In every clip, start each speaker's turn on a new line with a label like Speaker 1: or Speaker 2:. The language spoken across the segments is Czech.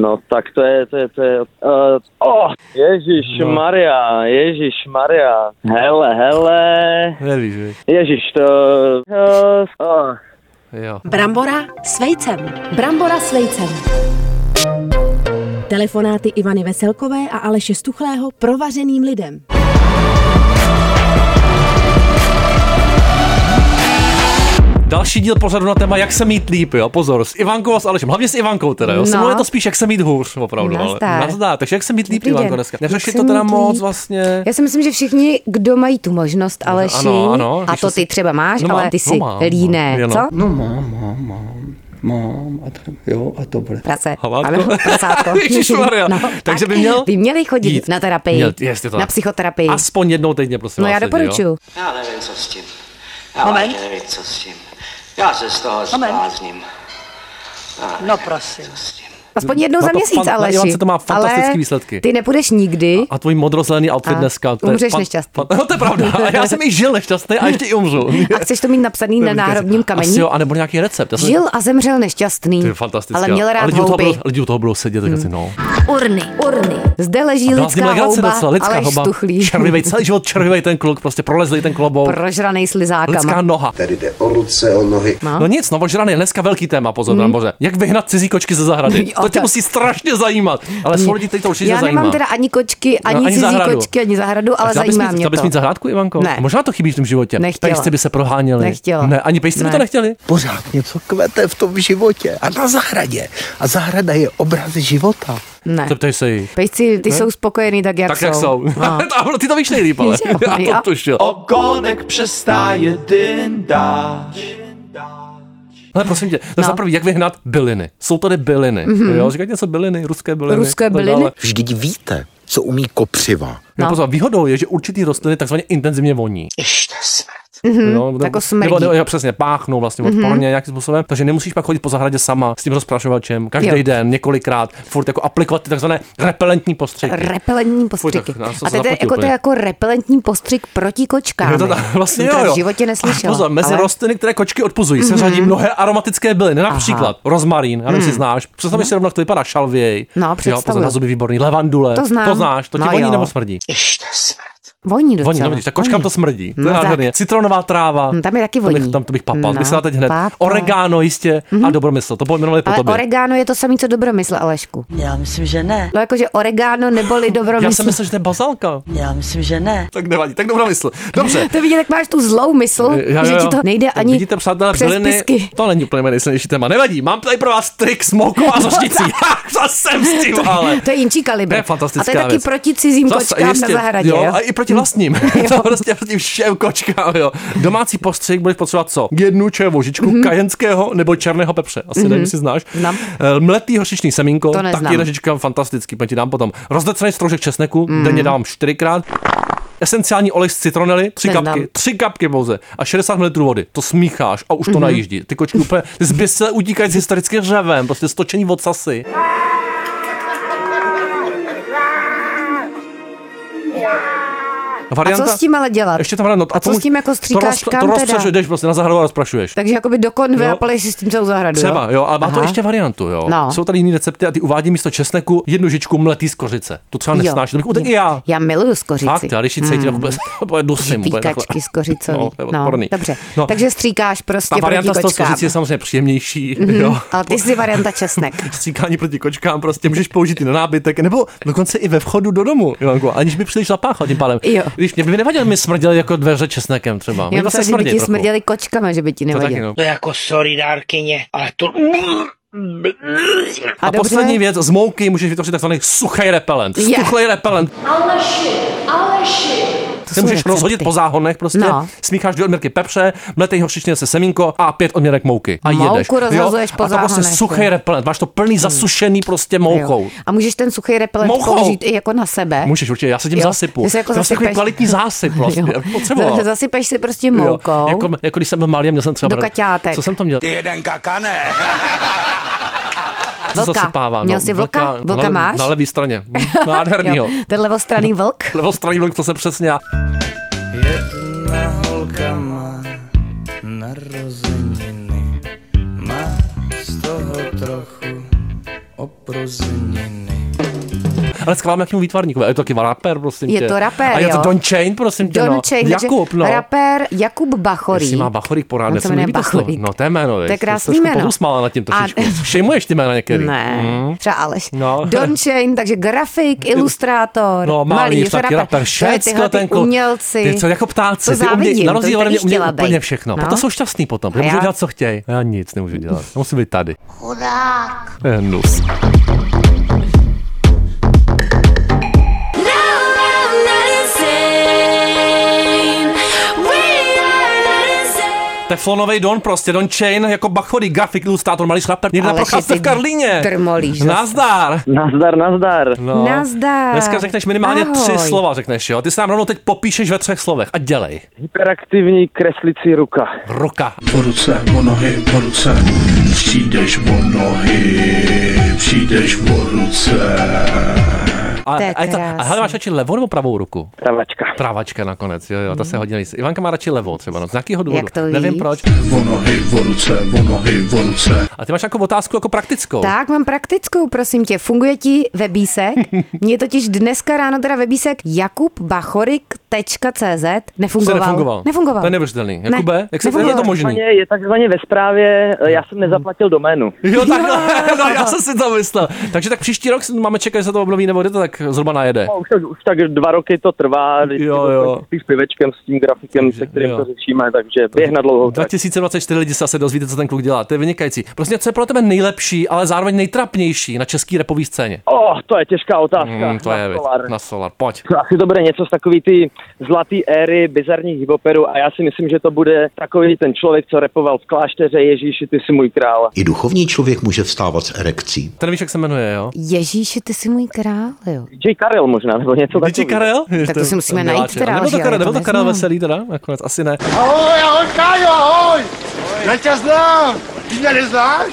Speaker 1: no, tak to je, to je, to je, uh, oh, Ježíš
Speaker 2: No.
Speaker 1: Maria, Ježíš Maria, hele, hele,
Speaker 2: Nevíš, viď?
Speaker 1: Ježíš, to, uh, oh.
Speaker 2: Jo.
Speaker 3: Brambora s vejcem. Brambora s vejcem. Telefonáty Ivany Veselkové a Aleše Stuchlého provařeným lidem.
Speaker 2: Další díl pořadu na téma, jak se mít líp, jo, pozor, s Ivankou a s Alešem, hlavně s Ivankou teda, jo, no.
Speaker 4: No.
Speaker 2: je to spíš, jak se mít hůř, opravdu, ale
Speaker 4: Nazdar.
Speaker 2: nazdar, takže jak se mít líp,
Speaker 4: Dobrý den.
Speaker 2: Ivanko, dneska,
Speaker 4: Jak
Speaker 2: neřešit
Speaker 4: se
Speaker 2: to teda
Speaker 4: mít
Speaker 2: moc
Speaker 4: líp?
Speaker 2: vlastně,
Speaker 4: Já si myslím, že všichni, kdo mají tu možnost, Aleši,
Speaker 2: ano, ano,
Speaker 4: a
Speaker 2: když
Speaker 4: to
Speaker 2: se-
Speaker 4: ty třeba máš,
Speaker 2: No mám,
Speaker 4: ale ty
Speaker 2: no
Speaker 4: si
Speaker 2: mám,
Speaker 4: líné,
Speaker 2: no,
Speaker 4: co?
Speaker 5: No mám, mám, mám. Mám a tak, jo, a to bude.
Speaker 4: Prace.
Speaker 2: Havátko.
Speaker 4: Ano, prasátko. No,
Speaker 2: Ježišmarja. Takže by měl
Speaker 4: By měli chodit
Speaker 2: jít.
Speaker 4: na terapii,
Speaker 2: Měl- jestli to
Speaker 4: na
Speaker 2: tak.
Speaker 4: psychoterapii.
Speaker 2: aspoň jednou týdně, prosím
Speaker 4: no
Speaker 2: vás,
Speaker 4: já
Speaker 2: lidi, jo.
Speaker 4: doporučuji.
Speaker 6: Já nevím, co s tím. Já
Speaker 7: Moment.
Speaker 6: vážně nevím, co s tím. Já se z toho
Speaker 7: Moment.
Speaker 6: zblázním.
Speaker 7: No prosím.
Speaker 6: Co s tím?
Speaker 4: Aspoň jednou
Speaker 2: Má
Speaker 4: za
Speaker 2: No to fan-
Speaker 4: měsíc,
Speaker 2: na
Speaker 4: Aleši.
Speaker 2: Ivance to má fantastický
Speaker 4: ale
Speaker 2: výsledky.
Speaker 4: Ty nepůjdeš nikdy.
Speaker 2: A tvůj modrozelený outfit
Speaker 4: A
Speaker 2: dneska.
Speaker 4: umřeš nešťastný.
Speaker 2: no to je pravda, ale já jsem i žil nešťastný a ještě i umřu.
Speaker 4: A chceš to mít napsaný na náhrobním kameni?
Speaker 2: Asi jo, anebo nějaký recept. Já jsem-
Speaker 4: Žil a zemřel nešťastný,
Speaker 2: To je fantastické.
Speaker 4: ale měl
Speaker 2: a
Speaker 4: rád
Speaker 2: lidi u toho
Speaker 4: houby.
Speaker 2: budou, lidi u toho budou sedět, tak asi no.
Speaker 4: Urny, urny. Zde leží
Speaker 2: Byla s ním
Speaker 4: lidská
Speaker 2: legrace
Speaker 4: houba,
Speaker 2: docela, lidská
Speaker 4: Aleš
Speaker 2: houba.
Speaker 4: Stuchlý.
Speaker 2: Červivej, celý život červivej ten kluk, prostě prolezlý ten klobouk.
Speaker 4: Prožranej
Speaker 2: Lidská
Speaker 4: slizákama.
Speaker 2: noha.
Speaker 8: Tady jde o ruce, o nohy.
Speaker 4: No.
Speaker 2: No nic, novožrany, dneska velký téma, pozor, mm. bože. Jak vyhnat cizí kočky ze zahrady?
Speaker 4: Hmm. Jo,
Speaker 2: To tě
Speaker 4: tak.
Speaker 2: musí strašně zajímat, ale jsou lidi, kteří to určitě
Speaker 4: Já
Speaker 2: zajímá. No,
Speaker 4: nemám teda ani kočky, ani,
Speaker 2: ani
Speaker 4: cizí
Speaker 2: zahradu.
Speaker 4: kočky, ani zahradu, ale
Speaker 2: chtěla bys
Speaker 4: zajímá
Speaker 2: mít,
Speaker 4: mě
Speaker 2: chtěla bys
Speaker 4: to.
Speaker 2: mít zahrádku, Ivanko?
Speaker 4: Ne.
Speaker 2: Možná to chybí v tom životě.
Speaker 4: Nechtěla.
Speaker 2: Pejsci by se proháněli.
Speaker 4: Nechtěla.
Speaker 2: Ne, ani pejsci by
Speaker 4: Ne.
Speaker 2: to nechtěli.
Speaker 5: Pořád něco kvete v tom životě a na zahradě. A zahrada je obraz života.
Speaker 4: Ne.
Speaker 2: Zeptej se jich.
Speaker 4: Pejci, ty jsou spokojený tak, jak
Speaker 2: Tak
Speaker 4: jsou.
Speaker 2: jak jsou.
Speaker 4: No.
Speaker 2: No. ty to víš nejlíp, ale.
Speaker 4: Jo,
Speaker 2: Já
Speaker 4: jo.
Speaker 2: to tušil.
Speaker 9: Ogonek přestáje dyndáš.
Speaker 2: Ale prosím tě, tak
Speaker 4: No. Mhm.
Speaker 2: za prvý, jak vyhnat byliny? Jsou tady byliny. Jo, říkat něco byliny, ruské byliny.
Speaker 4: Ruské
Speaker 2: a tak
Speaker 4: byliny?
Speaker 2: dále.
Speaker 8: Vždyť víte, co umí kopřiva.
Speaker 2: Jo,
Speaker 4: No.
Speaker 2: Jako pozor, výhodou je, že určitý rostliny takzvaně intenzivně voní.
Speaker 6: Ještě smrt.
Speaker 2: jo,
Speaker 4: jako smrdí. Mhm.
Speaker 2: nebo, nebo, jo, přesně, páchnou vlastně mm-hmm. odporně nějakým způsobem, takže nemusíš pak chodit po zahradě sama s tím rozprašovačem každý
Speaker 4: Jo.
Speaker 2: den, několikrát, furt jako aplikovat ty takzvané repelentní postřiky.
Speaker 4: Repelentní postřiky.
Speaker 2: Fuj, tak nás to
Speaker 4: a to je,
Speaker 2: zaplatil
Speaker 4: jako, to je
Speaker 2: úplně.
Speaker 4: jako repelentní postřik proti kočkám.
Speaker 2: Je to tak, vlastně
Speaker 4: Jsem
Speaker 2: jo,
Speaker 4: to
Speaker 2: jo.
Speaker 4: v životě neslyšela.
Speaker 2: A Pozor, mezi
Speaker 4: ale... Mhm.
Speaker 2: rostliny, které kočky odpuzují, se řadí mnohé aromatické byliny, například rozmarín, já nevím, jestli znáš, představíš si rovnou, jak to vypadá, šalvěj,
Speaker 4: Mhm. No,
Speaker 2: jo, pozor,
Speaker 4: představuju.
Speaker 2: na zuby výborný, levandule,
Speaker 4: To znám.
Speaker 2: to znáš, to ti
Speaker 4: No
Speaker 2: voní
Speaker 4: jo.
Speaker 2: nebo smrdí?
Speaker 6: Ještě smrt.
Speaker 4: Voní docela.
Speaker 2: Voní, no vidíš, tak kočkám to smrdí. To je
Speaker 4: No tak.
Speaker 2: nádherné. Citronová tráva.
Speaker 4: No, tam je taky
Speaker 2: To
Speaker 4: voní.
Speaker 2: bych, tam to bych papal.
Speaker 4: No,
Speaker 2: No, teď hned.
Speaker 4: papal.
Speaker 2: Oregano jistě a dobromysl. To pojmenovali po
Speaker 4: Ale
Speaker 2: tobě.
Speaker 4: oregano je to samý, co dobromysl, Alešku.
Speaker 7: Já myslím, že ne.
Speaker 4: No jakože oregano neboli
Speaker 2: Já
Speaker 4: dobromysl.
Speaker 2: jsem myslel, že to je bazalka.
Speaker 7: Já myslím, že ne.
Speaker 2: Tak nevadí, tak dobromysl. Dobře.
Speaker 4: To vidíte, jak máš tu zlou mysl, že ti to nejde ani
Speaker 2: Vidíte, přátelé,
Speaker 4: přes
Speaker 2: byliny,
Speaker 4: pisky.
Speaker 2: to není úplně mé nejsilnější téma. Nevadí, mám tady pro vás trik s moukou a zošnicí. Ha, Zase jsem s tím, ale...
Speaker 4: To je jinčí kalibr.
Speaker 2: To je fantastická
Speaker 4: a to je taky
Speaker 2: věc.
Speaker 4: proti cizím
Speaker 2: Zase,
Speaker 4: kočkám
Speaker 2: jistě,
Speaker 4: na zahradě.
Speaker 2: Jo,
Speaker 4: Jo, Hm.
Speaker 2: a i proti vlastním. to prostě proti všem kočkám, jo. Domácí postřik budeš potřebovat co? Jednu čevožičku mm-hmm. kajenského nebo černého pepře. Asi mm-hmm. nevím, jestli znáš.
Speaker 4: Mhm. Znám.
Speaker 2: Eh, Mletý hořičný semínko,
Speaker 4: To neznám.
Speaker 2: taky hořička fantastický, pak ti dám potom. Rozdecený stroužek česneku,
Speaker 4: Mhm.
Speaker 2: mm-hmm. denně dám čtyřikrát. Esenciální olej z citronely, tři
Speaker 4: Neznám.
Speaker 2: kapky, tři kapky pouze a 60 ml vody. To smícháš a už to
Speaker 4: Mhm.
Speaker 2: mm-hmm. najíždí. Ty kočky úplně zběsile utíkají s hysterickým řevem, prostě stočení od sasy.
Speaker 4: a co s tím ale dělat?
Speaker 2: Ještě tam no,
Speaker 4: a co
Speaker 2: tomu-
Speaker 4: s tím jako stříkáš
Speaker 2: to
Speaker 4: kam
Speaker 2: to
Speaker 4: teda?
Speaker 2: rozpřaš, jdeš prostě na zahradu a rozprašuješ.
Speaker 4: Takže jakoby do konve
Speaker 2: Jo.
Speaker 4: a poleješ si s tím celou zahradu.
Speaker 2: Třeba, jo, ale má to
Speaker 4: Aha.
Speaker 2: ještě variantu, jo.
Speaker 4: No.
Speaker 2: Jsou tady jiný recepty a ty uvádí místo česneku jednu žičku mletý z kořice. To třeba
Speaker 4: Jo. Hmm.
Speaker 2: nesnáším, to bych utekl i já.
Speaker 4: Já miluju skořici.
Speaker 2: Fakt, já když ji cítím, jako tak vůbec, úplně dusím. úplně takhle.
Speaker 4: Víkačky s kořicový.
Speaker 2: No,
Speaker 4: No,
Speaker 2: to je odporný.
Speaker 4: dobře.
Speaker 2: No.
Speaker 4: No. Takže stříkáš prostě
Speaker 2: Ta
Speaker 4: proti
Speaker 2: varianta z toho z
Speaker 4: kočkám. Mhm,
Speaker 2: kořice je samozřejmě příjemnější, jo.
Speaker 4: Ale ty jsi varianta česnek.
Speaker 2: Stříkání proti kočkám prostě můžeš použít i na nábytek, nebo dokonce i ve vchodu do domu, Ivanko, aniž by příliš zapáchal tím pádem.
Speaker 4: Jo.
Speaker 2: Když mě by nevadilo, mi smrděli jako dveře česnekem třeba. Mě
Speaker 4: Já
Speaker 2: vlastně
Speaker 4: myslím, že by
Speaker 2: smrdí
Speaker 4: ti
Speaker 2: trochu.
Speaker 4: smrděli kočkama, že by ti
Speaker 2: To taky,
Speaker 4: nevadilo.
Speaker 2: no.
Speaker 10: To je jako sorry dárkyně, ale to...
Speaker 2: A, a poslední věc, z mouky můžeš vytvořit takzvaný suchý repelent.
Speaker 4: Je.
Speaker 2: Stuchlej repelent.
Speaker 4: to
Speaker 2: Ten
Speaker 4: jsou
Speaker 2: můžeš rozhodit
Speaker 4: recepty.
Speaker 2: po záhonech prostě.
Speaker 4: No.
Speaker 2: Smícháš dvě odměrky pepře, mletejho hořčičně se semínko a pět odměrek mouky. A
Speaker 4: Mouku
Speaker 2: jedeš.
Speaker 4: rozhazuješ po
Speaker 2: A to prostě
Speaker 4: záhonech,
Speaker 2: suchý
Speaker 4: jo. Mm.
Speaker 2: repelent. Máš to plný zasušený prostě moukou.
Speaker 4: Jo. A můžeš ten suchý repelent
Speaker 2: Mouchou.
Speaker 4: použít i jako na sebe.
Speaker 2: Můžeš určitě, já se tím
Speaker 4: Jo,
Speaker 2: zasypu.
Speaker 4: že se jako
Speaker 2: to je vlastně takový
Speaker 4: zasypeš.
Speaker 2: kvalitní zásyp vlastně.
Speaker 4: Jo.
Speaker 2: Já bych potřeboval.
Speaker 4: Za- Zasypeš si prostě
Speaker 2: Jo.
Speaker 4: moukou.
Speaker 2: Jako, jako, když jsem byl malý, a měl jsem třeba...
Speaker 4: Do
Speaker 2: brad-
Speaker 4: kaťátek.
Speaker 2: Co jsem tam měl?
Speaker 9: Jeden kakane.
Speaker 2: Co zasypává, no.
Speaker 4: Měl jsi vlka? Vlka,
Speaker 2: na, le-
Speaker 4: máš?
Speaker 2: Na levý straně. Nádhernýho. No,
Speaker 4: Jo, Ten levostraný vlk.
Speaker 2: Levostraný vlk, to se přesně. já-
Speaker 9: Jedna holka má narozeniny, má z toho trochu oprozeniny.
Speaker 2: Ale schválme jakým výtvarníkům. Je to taky rapper, prosím
Speaker 4: Je
Speaker 2: tě.
Speaker 4: to rapper,
Speaker 2: A je to
Speaker 4: jo.
Speaker 2: Don Chain, prosím tě.
Speaker 4: Don
Speaker 2: no.
Speaker 4: Chain, takže
Speaker 2: Jakub, no.
Speaker 4: rapper Jakub Bachorík.
Speaker 2: Jestli má Bachorík
Speaker 4: On
Speaker 2: porádne,
Speaker 4: se
Speaker 2: se mi
Speaker 4: jmenuje
Speaker 2: líbí to slovo.
Speaker 4: Bachorík.
Speaker 2: No, to je jméno.
Speaker 4: To je krásný
Speaker 2: jméno.
Speaker 4: jméno.
Speaker 2: Pohusmála nad tím
Speaker 4: A-
Speaker 2: trošičku. Šejmuješ ty jména některý. Hmm?
Speaker 4: Ne, třeba Aleš.
Speaker 2: No.
Speaker 4: Don Chain, takže grafik, ilustrátor,
Speaker 2: No, malíř,
Speaker 4: malíř,
Speaker 2: taky rapper, všecko ten kluk.
Speaker 4: umělci.
Speaker 2: Ty co, jako ptáci.
Speaker 4: To
Speaker 2: ty umějí-
Speaker 4: závidím,
Speaker 2: na
Speaker 4: to
Speaker 2: rozdíl
Speaker 4: bych
Speaker 2: ode mě
Speaker 4: taky
Speaker 2: umějí
Speaker 4: chtěla
Speaker 2: úplně
Speaker 4: bejt.
Speaker 2: všechno.
Speaker 4: No.
Speaker 2: Proto jsou šťastný potom,
Speaker 4: A
Speaker 2: protože můžou
Speaker 4: já?
Speaker 2: dělat, co chtějí. Já nic nemůžu dělat. Já Musím být tady. Chudák. Nus. Teflonový Don prostě, Don Chain, jako Bachory, grafik, ilustrátor, malý šlaper, někde na
Speaker 4: Aleši,
Speaker 2: procházce
Speaker 4: ty
Speaker 2: v Karlíně.
Speaker 4: drmolíš zase.
Speaker 2: Nazdar.
Speaker 1: Nazdar, nazdar.
Speaker 2: No.
Speaker 4: Nazdar.
Speaker 2: Dneska řekneš minimálně
Speaker 4: Ahoj.
Speaker 2: tři slova, řekneš, jo. Ty se nám rovnou teď popíšeš ve třech slovech a dělej.
Speaker 1: Hyperaktivní kreslicí ruka.
Speaker 2: Ruka.
Speaker 9: Po ruce, po nohy, po ruce, přijdeš po nohy, přijdeš po ruce.
Speaker 2: A,
Speaker 4: To je
Speaker 2: a, je to, a hele,
Speaker 4: krásný.
Speaker 2: máš radši levou nebo pravou ruku?
Speaker 1: Pravačka.
Speaker 2: Pravačka nakonec, jo, jo, ta se hodně lísí. Ivanka má radši levou třeba, no, z nějakého důvodu.
Speaker 4: Jak to víš?
Speaker 2: Nevím proč.
Speaker 9: Po nohy, po ruce, po nohy, po ruce.
Speaker 2: A ty máš jako otázku jako praktickou.
Speaker 4: Tak, mám praktickou, prosím tě. Funguje ti webísek? Mně totiž dneska ráno teda webísek jakubbachorik.cz
Speaker 2: Se
Speaker 4: nefungoval.
Speaker 2: nefungoval.
Speaker 4: Nefungoval.
Speaker 2: To je neuvěřitelný. Jakube,
Speaker 4: ne,
Speaker 2: jak se
Speaker 4: nefungoval.
Speaker 2: je to možný? Mhm.
Speaker 1: Takzvaně- Je takzvaně ve zprávě, eh, já jsem nezaplatil doménu.
Speaker 2: Jo, takhle, no, já jsem si to myslel. Takže tak příští rok máme čekat, že se to obnoví, nebo kdy to tak zhruba najede.
Speaker 1: No, už, tak, už tak dva roky to trvá, když
Speaker 2: Jo,
Speaker 1: to
Speaker 2: jo.
Speaker 1: končí s pivečkem, s tím grafikem,
Speaker 2: Takže,
Speaker 1: se kterým
Speaker 2: jo.
Speaker 1: to řešíme, takže běh na dlouhou trať.
Speaker 2: 2024 lidi se asi dozvíte, co ten kluk dělá. To je vynikající. Prostě co je pro tebe nejlepší, ale zároveň nejtrapnější na český repové scéně?
Speaker 1: Oh, to je těžká otázka.
Speaker 2: Mm, to
Speaker 1: Na
Speaker 2: je věc.
Speaker 1: solar.
Speaker 2: Na solar, pojď.
Speaker 1: Asi to bude něco z takový ty zlatý éry bizarních hipoperů a já si myslím, že to bude takový ten člověk, co repoval v klášteře Ježíši, ty jsi můj král.
Speaker 8: I duchovní člověk může vstávat s erekcí.
Speaker 2: Ten víš, jak se jmenuje, jo?
Speaker 4: Ježíši, ty jsi můj král, jo.
Speaker 1: DJ Karel možná, nebo něco
Speaker 2: Díky
Speaker 1: takového.
Speaker 2: Karel?
Speaker 4: Tak to si musíme najít
Speaker 2: miláček.
Speaker 4: teda,
Speaker 2: Nebyl to
Speaker 4: Alži,
Speaker 2: Karel,
Speaker 4: já to
Speaker 2: nebyl to Karel
Speaker 4: neznám.
Speaker 2: Veselý teda? Nakonec asi ne.
Speaker 9: Ahoj, ahoj, Kájo, ahoj! Já tě znám, ty mě neznáš?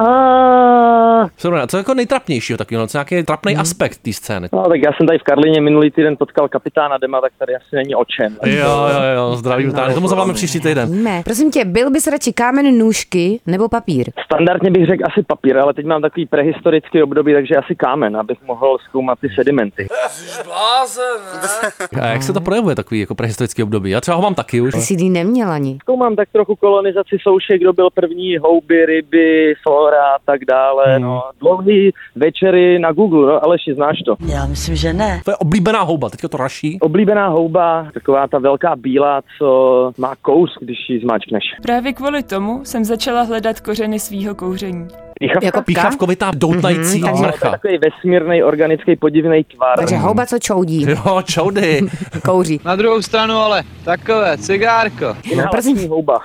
Speaker 1: Ah,
Speaker 2: Sorry, a co je jako nejtrapnějšího takového? Co je nějaký trapný
Speaker 4: Hmm.
Speaker 2: aspekt té scény?
Speaker 1: No tak já jsem tady v Karlině minulý týden potkal kapitána Dema, tak tady asi není o čem.
Speaker 2: Jo, jo, jo, zdravím, no, tomu zavoláme příští týden.
Speaker 4: Víme. Prosím tě, byl bys radši kámen, nůžky nebo papír?
Speaker 1: Standardně bych řekl asi papír, ale teď mám takový prehistorický období, takže asi kámen, abych mohl zkoumat ty sedimenty.
Speaker 4: No.
Speaker 2: A jak se to projevuje takový jako prehistorický období? Já třeba ho mám taky už.
Speaker 4: Ty jsi jí neměl ani.
Speaker 1: Zkoumám tak trochu kolonizaci souše, kdo byl první, houby, ryby, flora a tak dále. No, dlouhý večery na Google, no, Aleši, znáš to.
Speaker 7: Já myslím, že ne.
Speaker 2: To je oblíbená houba, teďka to raší.
Speaker 1: Oblíbená houba, taková ta velká bílá, co má kous, když ji zmáčkneš.
Speaker 11: Právě kvůli tomu jsem začala hledat kořeny svýho kouření.
Speaker 1: Píchavka?
Speaker 4: Jako
Speaker 2: Píchavkovitá, doutnající mm-hmm,
Speaker 1: To je
Speaker 2: zmrcha.
Speaker 1: takový vesmírný, organický, podivný tvar.
Speaker 4: Takže houba, co čoudí,
Speaker 2: Jo, čaudy.
Speaker 4: kouří.
Speaker 9: Na druhou stranu ale, takové, cigárko.
Speaker 4: no,
Speaker 1: Inhalační houba.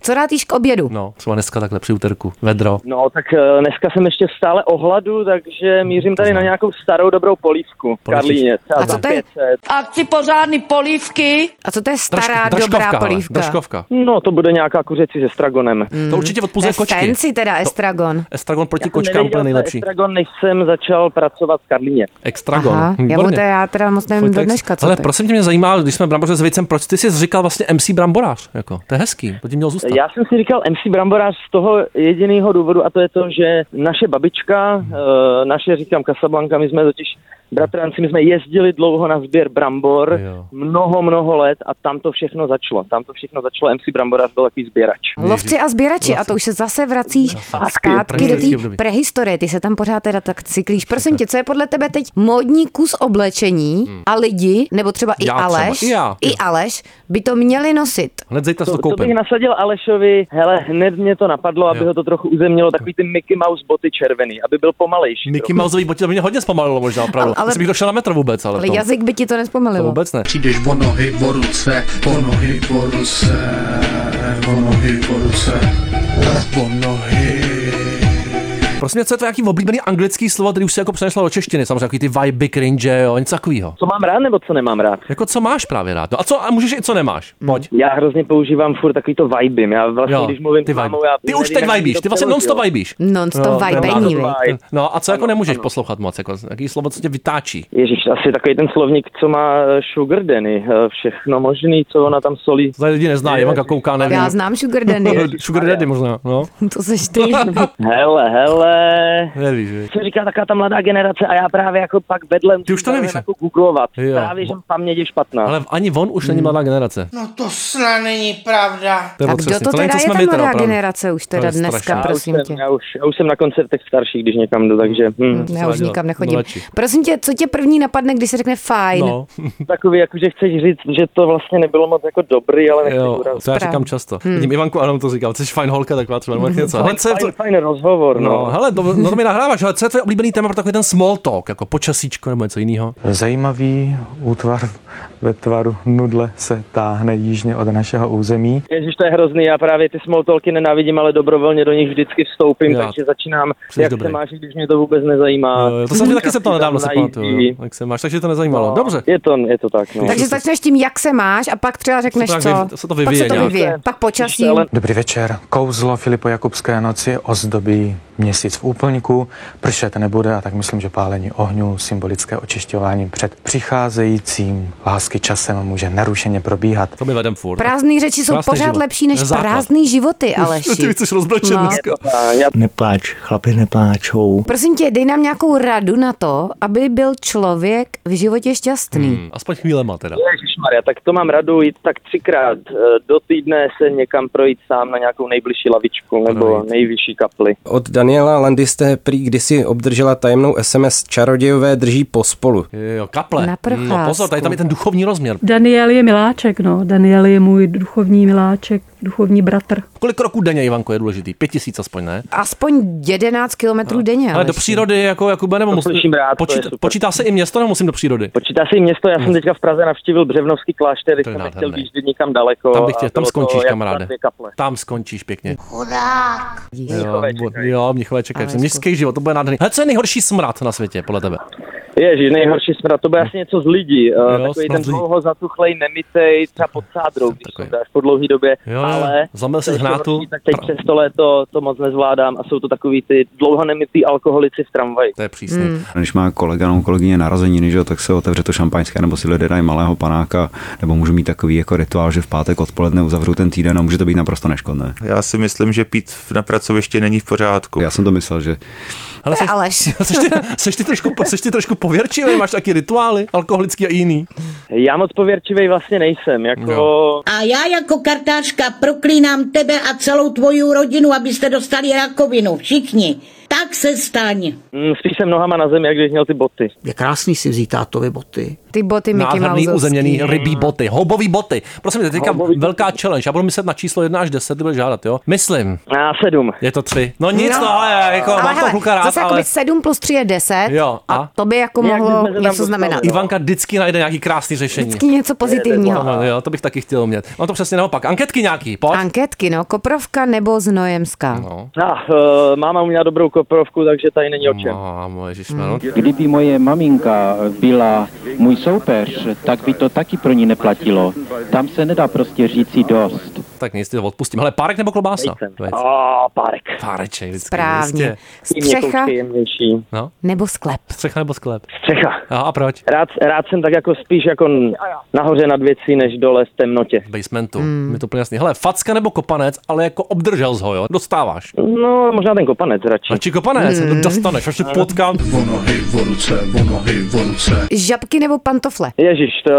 Speaker 4: Co rád jíš k obědu?
Speaker 2: No, třeba dneska takhle při úterku. Vedro.
Speaker 1: No, tak eh, dneska jsem ještě stále ohladu, takže mířím tady na nějakou starou dobrou polívku v
Speaker 2: Polívčič.
Speaker 1: Karlíně. Třeba
Speaker 4: A co
Speaker 1: za
Speaker 4: to je?
Speaker 1: 500.
Speaker 7: A chci pořádný polívky.
Speaker 4: A co to je
Speaker 2: Drž-
Speaker 4: stará,
Speaker 2: držkovka,
Speaker 4: dobrá
Speaker 2: hele,
Speaker 4: polívka? Hmm.
Speaker 2: Držkovka.
Speaker 1: No, to bude nějaká kuřecí se stragonem.
Speaker 4: Mm,
Speaker 2: To určitě
Speaker 4: To
Speaker 2: odpůzuje
Speaker 4: je
Speaker 2: kočky.
Speaker 4: fancy Jako teda, estragon.
Speaker 2: Estragon proti
Speaker 1: Jsem
Speaker 2: kočkám
Speaker 1: nevěděl, co
Speaker 2: úplně
Speaker 1: je
Speaker 2: nejlepší.
Speaker 1: Estragon, než jsem začal pracovat v Karlíně.
Speaker 2: Extragon.
Speaker 4: Aha, já mu
Speaker 2: Výborně.
Speaker 4: to já teda moc nevím do
Speaker 2: Vojtek,
Speaker 4: dneška, co
Speaker 2: Ale prostě-
Speaker 4: to je.
Speaker 2: prosím tě, mě zajímá, když jsme bramboře s Vejcem, proč ty jsi říkal vlastně MC Bramborář? Jako, to je hezký, to ti mělo zůstat.
Speaker 1: Já jsem si říkal MC Bramborář z toho jediného důvodu a to je to, že naše babička, eh, naše říkám Casablanca, my jsme totiž bratranci, my jsme jezdili dlouho na sběr Brambor,
Speaker 2: Jo.
Speaker 1: mnoho, mnoho let a tam to všechno začalo. Tam to všechno začalo, MC Bramborář byl takový sběrač.
Speaker 4: Lovci a sběrači, a to už se zase vracíš zpátky do
Speaker 2: Prehistorický
Speaker 4: té
Speaker 2: období.
Speaker 4: prehistorie. Ty se tam pořád teda tak cyklíš. Prosím tě, co je podle tebe teď módní kus oblečení a lidi, nebo třeba i
Speaker 2: Hmm. Já třeba.
Speaker 4: Aleš,
Speaker 2: I já.
Speaker 4: i Aleš by to měli nosit?
Speaker 2: Hned zítra si to
Speaker 1: To, to bych
Speaker 2: koupím.
Speaker 1: nasadil Alešovi, hele, hned mě to napadlo, aby
Speaker 2: Jo.
Speaker 1: ho to trochu uzemnilo, takový ty Mickey Mouse boty červený, aby byl pomalejší.
Speaker 2: Mickey
Speaker 1: trochu.
Speaker 2: Mouseový botě, to by mě hodně zpomalilo možná, opravdu.
Speaker 4: Ale- ale-
Speaker 2: Ale, bych došel na metr vůbec, ale,
Speaker 4: Ale
Speaker 2: to,
Speaker 4: jazyk by ti to
Speaker 2: to
Speaker 4: nespomalilo.
Speaker 2: vůbec ne.
Speaker 9: Přijdeš po nohy, po ruce, po nohy, po ruce, po nohy, po ruce, po nohy.
Speaker 2: Prosím, mě, co je to nějaký oblíbený anglický slovo, který už se jako přeneslo do češtiny? Samozřejmě takový ty vibe, cringe, jo, něco takového.
Speaker 1: Co mám rád nebo co nemám rád?
Speaker 2: Jako co máš právě rád? No a co a můžeš i co nemáš?
Speaker 4: Mm.
Speaker 2: Pojď.
Speaker 1: Já hrozně používám furt takový to vibim. Já vlastně,
Speaker 2: Jo,
Speaker 1: když mluvím
Speaker 2: ty
Speaker 1: s mámou,
Speaker 2: vibe.
Speaker 1: já
Speaker 2: Ty už
Speaker 1: nevím,
Speaker 2: teď
Speaker 1: jak
Speaker 2: vibíš,
Speaker 1: to No,
Speaker 2: ty vlastně
Speaker 1: přeložil.
Speaker 2: non-stop vibíš.
Speaker 4: Non-stop
Speaker 2: Jo,
Speaker 4: No, vibe,
Speaker 2: to je
Speaker 4: baby.
Speaker 2: pravda.
Speaker 1: vibe.
Speaker 2: No a co jako nemůžeš poslouchat moc? Jako, jaký slovo, co tě vytáčí?
Speaker 1: Ježíš, asi takový ten slovník, co má eh, Sugar Danny, eh, všechno možný, co ona tam solí.
Speaker 2: Tady lidi nezná, Ivanka kouká, nevím.
Speaker 4: Já znám Sugar Danny,
Speaker 2: Sugar Daddy možná, no.
Speaker 4: to seš ty.
Speaker 1: Hele, hele.
Speaker 2: Nevíš, víš.
Speaker 1: Co říká taká ta mladá generace a já právě jako pak vedle
Speaker 2: Ty už to
Speaker 1: musím
Speaker 2: nevíš, ne?
Speaker 1: jako googlovat.
Speaker 2: Jo.
Speaker 1: Jo. Právě, že paměť je špatná.
Speaker 2: Ale ani on už
Speaker 1: Hmm.
Speaker 2: není mladá generace.
Speaker 10: No to snad není pravda.
Speaker 2: To je
Speaker 4: A
Speaker 2: moc
Speaker 4: kdo
Speaker 2: přesně.
Speaker 4: to
Speaker 2: není,
Speaker 4: teda
Speaker 2: co
Speaker 4: je
Speaker 2: jsme
Speaker 4: ta
Speaker 2: my teda,
Speaker 4: mladá
Speaker 2: opravdu.
Speaker 4: generace už teda
Speaker 2: To je strašné.
Speaker 4: dneska,
Speaker 1: já, už
Speaker 4: prosím
Speaker 1: jsem,
Speaker 4: tě?
Speaker 1: já, už, já už jsem na koncertech starších, když někam jdu, takže
Speaker 2: Mm.
Speaker 1: hm,
Speaker 4: Já už
Speaker 2: dělat?
Speaker 4: nikam nechodím.
Speaker 2: Mladší.
Speaker 4: Prosím tě, co tě první napadne, když se řekne fajn?
Speaker 2: No,
Speaker 1: takový, jako, že chceš říct, že to vlastně nebylo moc jako dobrý, ale nechci
Speaker 2: jo,
Speaker 1: urazit.
Speaker 2: to já říkám často.
Speaker 4: Hmm.
Speaker 2: Vidím Ivanku, ano, to říkám, jsi fajn holka, taková třeba nebo něco. Ale co je to,
Speaker 1: Fajn, fajn rozhovor, no.
Speaker 2: No, hele, to, no to mi nahráváš, ale co je tvoje oblíbený téma pro takový ten small talk, jako počasíčko nebo něco jiného?
Speaker 12: Zajímavý útvar ve tvaru nudle se táhne jižně od našeho území.
Speaker 1: Ježíš, to je hrozný, já právě ty small talky nenávidím, ale dobrovolně do nich vždycky vstoupím,
Speaker 2: Já.
Speaker 1: takže začínám,
Speaker 2: Jsi
Speaker 1: jak
Speaker 2: dobrý.
Speaker 1: se máš, když mě to vůbec nezajímá.
Speaker 2: Jo, jo, Eh, to jsem si taky
Speaker 1: Jak
Speaker 2: zeptal
Speaker 1: si tam
Speaker 2: nedávno, se
Speaker 1: najít
Speaker 2: pamatuju, jo,
Speaker 1: jí.
Speaker 2: jak se máš, takže to nezajímalo.
Speaker 1: No,
Speaker 2: Dobře.
Speaker 1: Je to, je to tak, no.
Speaker 4: Takže
Speaker 2: se-
Speaker 4: začneš tím, jak se máš a pak třeba řekneš,
Speaker 2: pak
Speaker 4: co.
Speaker 2: vy- se to vyvíje
Speaker 4: pak se to
Speaker 2: nějak.
Speaker 4: vyvíje. Pak počasí.
Speaker 1: Ale
Speaker 12: Dobrý večer. Kouzlo Filipo Jakubské noci ozdobí měsíc v úplníku. Pršet nebude a tak myslím, že pálení ohňů, symbolické očišťování před přicházejícím lásky časem může narušeně probíhat.
Speaker 2: To mi vedem furt.
Speaker 4: Prázdné řeči jsou
Speaker 2: Krásný
Speaker 4: pořád
Speaker 2: život.
Speaker 4: lepší než
Speaker 2: Základ.
Speaker 4: prázdné životy,
Speaker 2: Ty mi
Speaker 4: Aleši.
Speaker 2: chceš rozbrečet
Speaker 4: No.
Speaker 2: dneska.
Speaker 1: a já
Speaker 13: Nepláč, chlapi nepláčou.
Speaker 4: Prosím tě, dej nám nějakou radu na to, aby byl člověk v životě šťastný.
Speaker 2: Hmm, aspoň chvílema teda.
Speaker 1: Maria, tak to mám radu jít tak třikrát eh, do týdne se někam projít sám na nějakou nejbližší lavičku nebo nejvyšší kapli.
Speaker 14: Od Daniela Landy jste prý kdysi obdržela tajemnou SMS Čarodějové drží pospolu.
Speaker 2: Jo, kaple.
Speaker 14: Na
Speaker 2: no pozor, tady tam je ten duchovní rozměr.
Speaker 15: Daniel je miláček, no. Daniel je můj duchovní miláček, duchovní bratr.
Speaker 2: Kolik kroků denně, Ivanko, je důležitý? Pět tisíc aspoň, ne?
Speaker 4: No, Aspoň 11 kilometrů denně.
Speaker 2: Ale do
Speaker 4: Aleši.
Speaker 2: přírody, jako Jakube, nebo musím,
Speaker 1: to je
Speaker 2: počít,
Speaker 1: super.
Speaker 2: počítá se i město, nebo musím do přírody?
Speaker 1: Počítá si i město, já jsem teďka v Praze navštívil Břevnovský klášter, když jsem nechtěl
Speaker 2: nádherný.
Speaker 1: výjíždět někam daleko.
Speaker 2: Tam bych tě,
Speaker 1: a
Speaker 2: tam
Speaker 1: bylo to
Speaker 2: skončíš,
Speaker 1: jak
Speaker 2: kamaráde.
Speaker 1: dvě kaple.
Speaker 2: Tam skončíš pěkně.
Speaker 16: Chudák.
Speaker 2: Jo, bo- jo, Mnichové čekají. Městský život, to bude nádherný. Hele, co je nejhorší smrad na světě, podle tebe?
Speaker 1: Ježíš, nejhorší smrad, to bude asi něco z lidí. eh,
Speaker 2: Jo,
Speaker 1: takový
Speaker 2: smrad
Speaker 1: ten
Speaker 2: lidí.
Speaker 1: dlouho zatuchlej, nemitej, třeba pod sádrou, když to dáš po dlouhé době,
Speaker 2: Jo, jo,
Speaker 1: ale
Speaker 2: zamel se
Speaker 1: to je
Speaker 2: z hnátu.
Speaker 1: horší, tak teď přes to léto to moc nezvládám a jsou to takový ty dlouho nemitý alkoholici v tramvaji.
Speaker 2: To je přísný.
Speaker 17: Hmm. Když má kolega nebo kolegyně narozeniny, že, jo, tak se otevře to šampaňské, nebo si lidé dají malého panáka, nebo můžu mít takový jako rituál, že v pátek odpoledne uzavřu ten týden a může to být naprosto neškodné.
Speaker 18: Já si myslím, že pít na pracovišti není v pořádku.
Speaker 17: Já jsem to myslel, že
Speaker 2: Hele, seš,
Speaker 4: Aleš.
Speaker 2: seš, ty, seš, ty trošku, seš ty trošku pověrčivý, máš taky rituály, alkoholický a jiný.
Speaker 1: Já moc pověrčivý vlastně nejsem, jako...
Speaker 16: A já jako kartářka proklínám tebe a celou tvoji rodinu, abyste dostali rakovinu. Všichni. Tak se staň.
Speaker 1: Mm, Spíš jsem nohama na zemi, jak když měl ty boty.
Speaker 13: Je krásný si vzít tátovi boty.
Speaker 4: Ty boty Mickey
Speaker 2: Nádherný
Speaker 4: Mouseovský.
Speaker 2: uzemněný rybí boty, houbový boty. Prosím tě, teďka velká challenge. Já budu myslet na číslo 1 až 10, ty budeš žádat, jo? Myslím.
Speaker 1: A sedm.
Speaker 2: Je to tři. No nic, no, ale jako
Speaker 4: ale
Speaker 2: mám to
Speaker 4: hele,
Speaker 2: kluka rád,
Speaker 4: zase
Speaker 2: ale...
Speaker 4: ale... 7 plus 3 je 10
Speaker 2: Jo, a?
Speaker 4: to by jako
Speaker 1: Jak
Speaker 4: mohlo
Speaker 1: bychom se tam
Speaker 4: něco
Speaker 1: dostali,
Speaker 4: znamenat.
Speaker 2: Ivanka vždycky najde nějaký krásný řešení.
Speaker 4: Vždycky no. něco pozitivního.
Speaker 2: Ano, jo, to bych taky chtěl umět. Mám to přesně naopak. Anketky nějaký, pojď.
Speaker 4: Anketky, no, Koprovka nebo Znojemská.
Speaker 2: No.
Speaker 1: Ah, eh, máma uměla dobrou koprovku, takže tady není o čem.
Speaker 2: Mámo, ježišmanu.
Speaker 19: Kdyby moje maminka byla můj soupeř, tak by to taky pro ní neplatilo. Tam se nedá prostě říci dost.
Speaker 2: Tak nic, ty to odpustím. Ale párek nebo klobása? Vejc.
Speaker 1: A párek.
Speaker 2: Páreček, vždycky.
Speaker 4: Správně.
Speaker 1: Tím je
Speaker 4: Střecha
Speaker 1: to příjemnější.
Speaker 2: No.
Speaker 4: nebo sklep.
Speaker 2: Střecha nebo sklep?
Speaker 1: Střecha.
Speaker 2: A, a proč?
Speaker 1: Rád, rád jsem tak jako spíš jako n- nahoře nad věcí, než dole v temnotě.
Speaker 2: Basementu.
Speaker 4: Hmm.
Speaker 2: Mm. Mi to úplně jasný. Hele, facka nebo kopanec, ale jako obdržel z ho, jo? Dostáváš.
Speaker 1: No, možná ten kopanec radši.
Speaker 2: Radši kopanec,
Speaker 1: Mm.
Speaker 4: Hmm.
Speaker 2: mm. dostaneš, až se potkám.
Speaker 9: Vonohy v ruce, vonohy v ruce.
Speaker 4: Žabky nebo pantofle.
Speaker 1: Ježíš, to,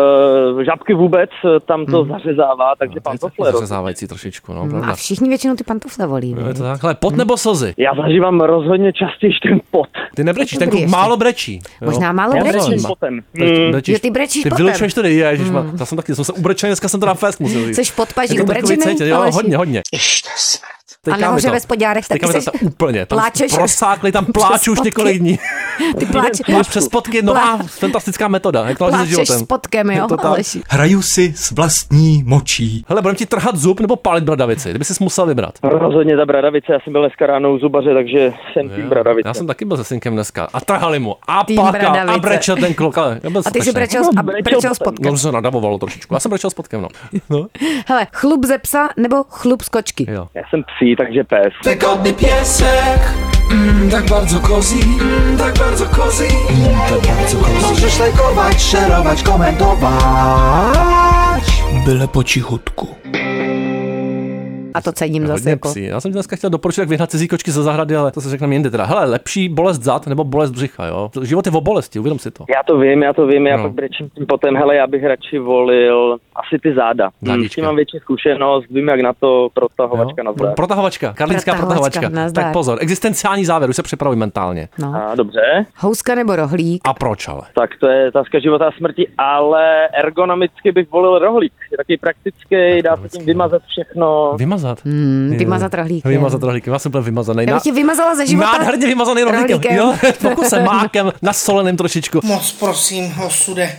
Speaker 1: žabky vůbec eh, tam to
Speaker 2: Hmm. No,
Speaker 1: zařezává, takže pan Tofler.
Speaker 2: Zařezávající trošičku, no,
Speaker 4: A
Speaker 2: pravda.
Speaker 4: všichni většinou ty pantofle volí.
Speaker 2: Jo, Je to tak. Hele,
Speaker 4: Hmm.
Speaker 2: pot nebo slzy?
Speaker 1: Já zažívám rozhodně častěji ten pot.
Speaker 2: Ty nebrečíš, ten
Speaker 4: Dobrý
Speaker 2: kluk
Speaker 4: ještě.
Speaker 2: málo brečí. jo?
Speaker 4: Možná málo
Speaker 2: Pozor.
Speaker 4: brečíš.
Speaker 1: Potem.
Speaker 2: Breč- brečíš.
Speaker 4: Jo, ty brečíš
Speaker 2: Ty
Speaker 4: potem.
Speaker 2: vylučuješ to, ježiš, mm. já jsem taky, jsem se ubrečený, dneska jsem to na fest musel říct.
Speaker 4: Jsi v podpaží
Speaker 2: Je to Jako takový
Speaker 4: ubrečený,
Speaker 2: cítit, jo,
Speaker 4: Aleši?
Speaker 2: hodně, hodně.
Speaker 6: Ještě smrt.
Speaker 4: A
Speaker 2: stejkáme
Speaker 4: nahoře
Speaker 2: to.
Speaker 4: ve spodňárech taky
Speaker 2: Stejkáme to
Speaker 4: seš-
Speaker 2: ta- úplně. Tam
Speaker 4: pláčeš-
Speaker 2: prosáklej, tam pláču už
Speaker 4: přes
Speaker 2: několik
Speaker 4: spodky.
Speaker 2: dní.
Speaker 4: Ty pláčeš-
Speaker 2: Máš přes spodky, no a
Speaker 4: Plá-
Speaker 2: fantastická metoda. Jak to máš se
Speaker 4: Pláčeš
Speaker 2: životem.
Speaker 4: s potkem, jo,
Speaker 2: Je to tak.
Speaker 4: Aleši.
Speaker 2: Hraju si s vlastní močí. Hele, budeme ti trhat zub nebo pálit bradavici, kdyby jsi musel vybrat.
Speaker 1: Rozhodně ta bradavice, já jsem byl dneska ráno u zubaře, takže jsem tým bradavice.
Speaker 2: Já jsem taky byl se synkem dneska a trhali mu a
Speaker 1: Tým
Speaker 2: páka a
Speaker 1: bradavice.
Speaker 2: brečel ten kluk. Ale já byl
Speaker 4: A ty jsi
Speaker 2: strašný.
Speaker 4: brečel s- a brečel s potkem.
Speaker 2: No, to se nadavovalo trošičku. Já jsem brečel s potkem, no. no.
Speaker 4: Hele, chlup ze psa nebo chlup z kočky?
Speaker 2: Jo.
Speaker 1: Já jsem psí, takže pes.
Speaker 20: Wygodny piesek, mm, tak bardzo cozy, mm, tak bardzo cozy, mm, tak bardzo cozy. Możesz lajkować, szerować, komentować.
Speaker 2: Byle potichutku.
Speaker 4: A to cením zase
Speaker 2: Hodně
Speaker 4: jako.
Speaker 2: psí. Já jsem ti dneska chtěl doporučit, jak vyhnat cizí kočky ze zahrady, ale to se řekneme jindy teda. Hele, lepší bolest zad nebo bolest břicha, jo? Život je o bolesti, uvědom si to.
Speaker 1: Já to vím, já to vím, já
Speaker 2: No.
Speaker 1: no. pak brečím tím potem, hele, já bych radši volil asi ty záda. Hm, S tím mám větší zkušenost, vím, jak na to protahovačka na
Speaker 2: No,
Speaker 1: zdar.
Speaker 2: Protahovačka, karlínská
Speaker 4: Protahovačka,
Speaker 2: protahovačka.
Speaker 4: nazdar.
Speaker 2: Tak pozor, existenciální závěr, už se připravuj mentálně.
Speaker 4: No.
Speaker 1: A, dobře.
Speaker 4: Houska nebo rohlík?
Speaker 2: A proč ale?
Speaker 4: Hmm.
Speaker 1: Tak to je otázka života a smrti, ale ergonomicky bych volil rohlík. Je takový praktický, dá se tím vymazat všechno.
Speaker 2: Vymazat?
Speaker 4: Mm, vymazat rohlíkem.
Speaker 2: Vymazat rohlíkem, já jsem byl vymazaný.
Speaker 4: Já bych tě vymazala ze života
Speaker 2: Nádherně vymazaný rohlíkem.
Speaker 4: rohlíkem.
Speaker 2: rohlíkem. Jo, pokusem, mákem, nasoleným trošičku.
Speaker 12: No.
Speaker 10: Moc prosím, osude,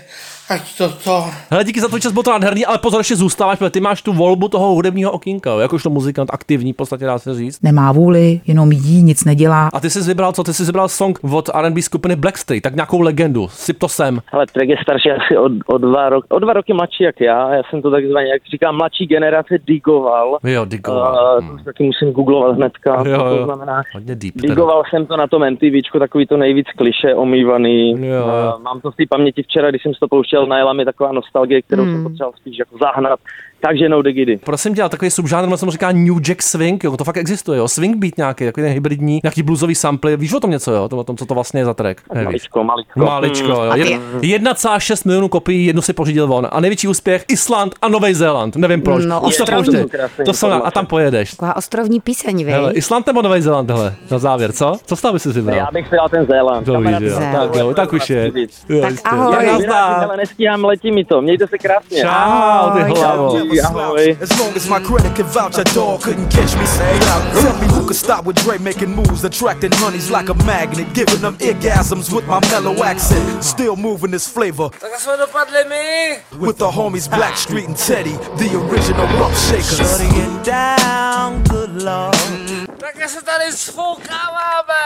Speaker 10: ať toto.
Speaker 2: Hele, díky za tvůj čas, bylo to nádherný, ale pozor, ještě zůstáváš, protože ty máš tu volbu toho hudebního okýnka, jo, jakožto muzikant aktivní, v podstatě dá se říct.
Speaker 21: Nemá vůli, jenom jí, nic nedělá.
Speaker 2: A ty jsi vybral co? Ty jsi vybral song od R&B skupiny Blackstreet, tak nějakou legendu. Syp to sem.
Speaker 1: Hele, Trek je starší asi o, o, dva roky, o dva roky mladší jak já, já jsem to takzvaně, jak říkám, mladší generace digoval.
Speaker 2: Jo, digoval.
Speaker 1: Uh, to už taky musím googlovat hnedka,
Speaker 2: Jo,
Speaker 1: jo, co
Speaker 2: jo.
Speaker 1: to znamená.
Speaker 2: Hodně deep. teda.
Speaker 1: Digoval jsem to na tom MTVčku, takový to nejvíc kliše omývaný.
Speaker 2: Jo.
Speaker 1: Eh, Mám to v té paměti včera, když jsem si to pouštěl, najela mi taková nostalgie, kterou
Speaker 2: Hmm.
Speaker 1: jsem potřeboval spíš jako zahnat. Takže no digidy.
Speaker 2: Prosím tě, ale takový subžánr, ono se mu říká New Jack Swing, jo, to fakt existuje, jo. Swing beat nějaký, takový ten hybridní, nějaký bluesový sample. Víš o tom něco, jo? To, o tom, co to vlastně je za track? Nevíš.
Speaker 1: Maličko, maličko.
Speaker 2: Maličko,
Speaker 1: Hmm.
Speaker 2: jo. Jed- 1,6 milionů kopií, jednu si pořídil on. A největší úspěch Island a Nový Zéland. Nevím proč.
Speaker 4: No,
Speaker 2: Už to
Speaker 4: opravdu.
Speaker 2: pouště.
Speaker 4: Krásný
Speaker 2: To jsou na, a
Speaker 4: informace.
Speaker 2: tam pojedeš.
Speaker 4: Taková ostrovní píseň, vy.
Speaker 2: Hele, Island nebo Nový Zéland, hele, na závěr, co? Co stav bys si vybral?
Speaker 1: Hmm. Já bych si dal ten Zéland.
Speaker 2: To víš,
Speaker 1: Kamarád
Speaker 2: jo.
Speaker 1: Zéland.
Speaker 2: Tak, jo, tak už je. Jo, jistě.
Speaker 1: Já
Speaker 2: Tak
Speaker 1: nevím,
Speaker 2: nazdar.
Speaker 1: ale nestíhám, letí mi to. Mějte se krásně.
Speaker 2: Čau, ty hlavo.
Speaker 1: Ahoj.
Speaker 20: As long as my credit can vouch, a dog couldn't catch me. Say, tell me who could stop with Dre making moves, attracting honeys like a magnet, giving them orgasms with my mellow accent. Still moving this flavor
Speaker 22: Tak jsme dopadli my.
Speaker 20: with the homies Blackstreet and Teddy, the original rough shakers.
Speaker 22: Shutting it down, good lord. Tak se tady sfoukáváme.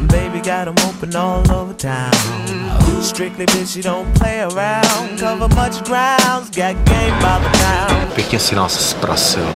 Speaker 22: Baby got 'em open all over town. Strictly bitch, you don't play around. Cover much grounds, got game by the pound.
Speaker 23: Pěkně si nás zprasil.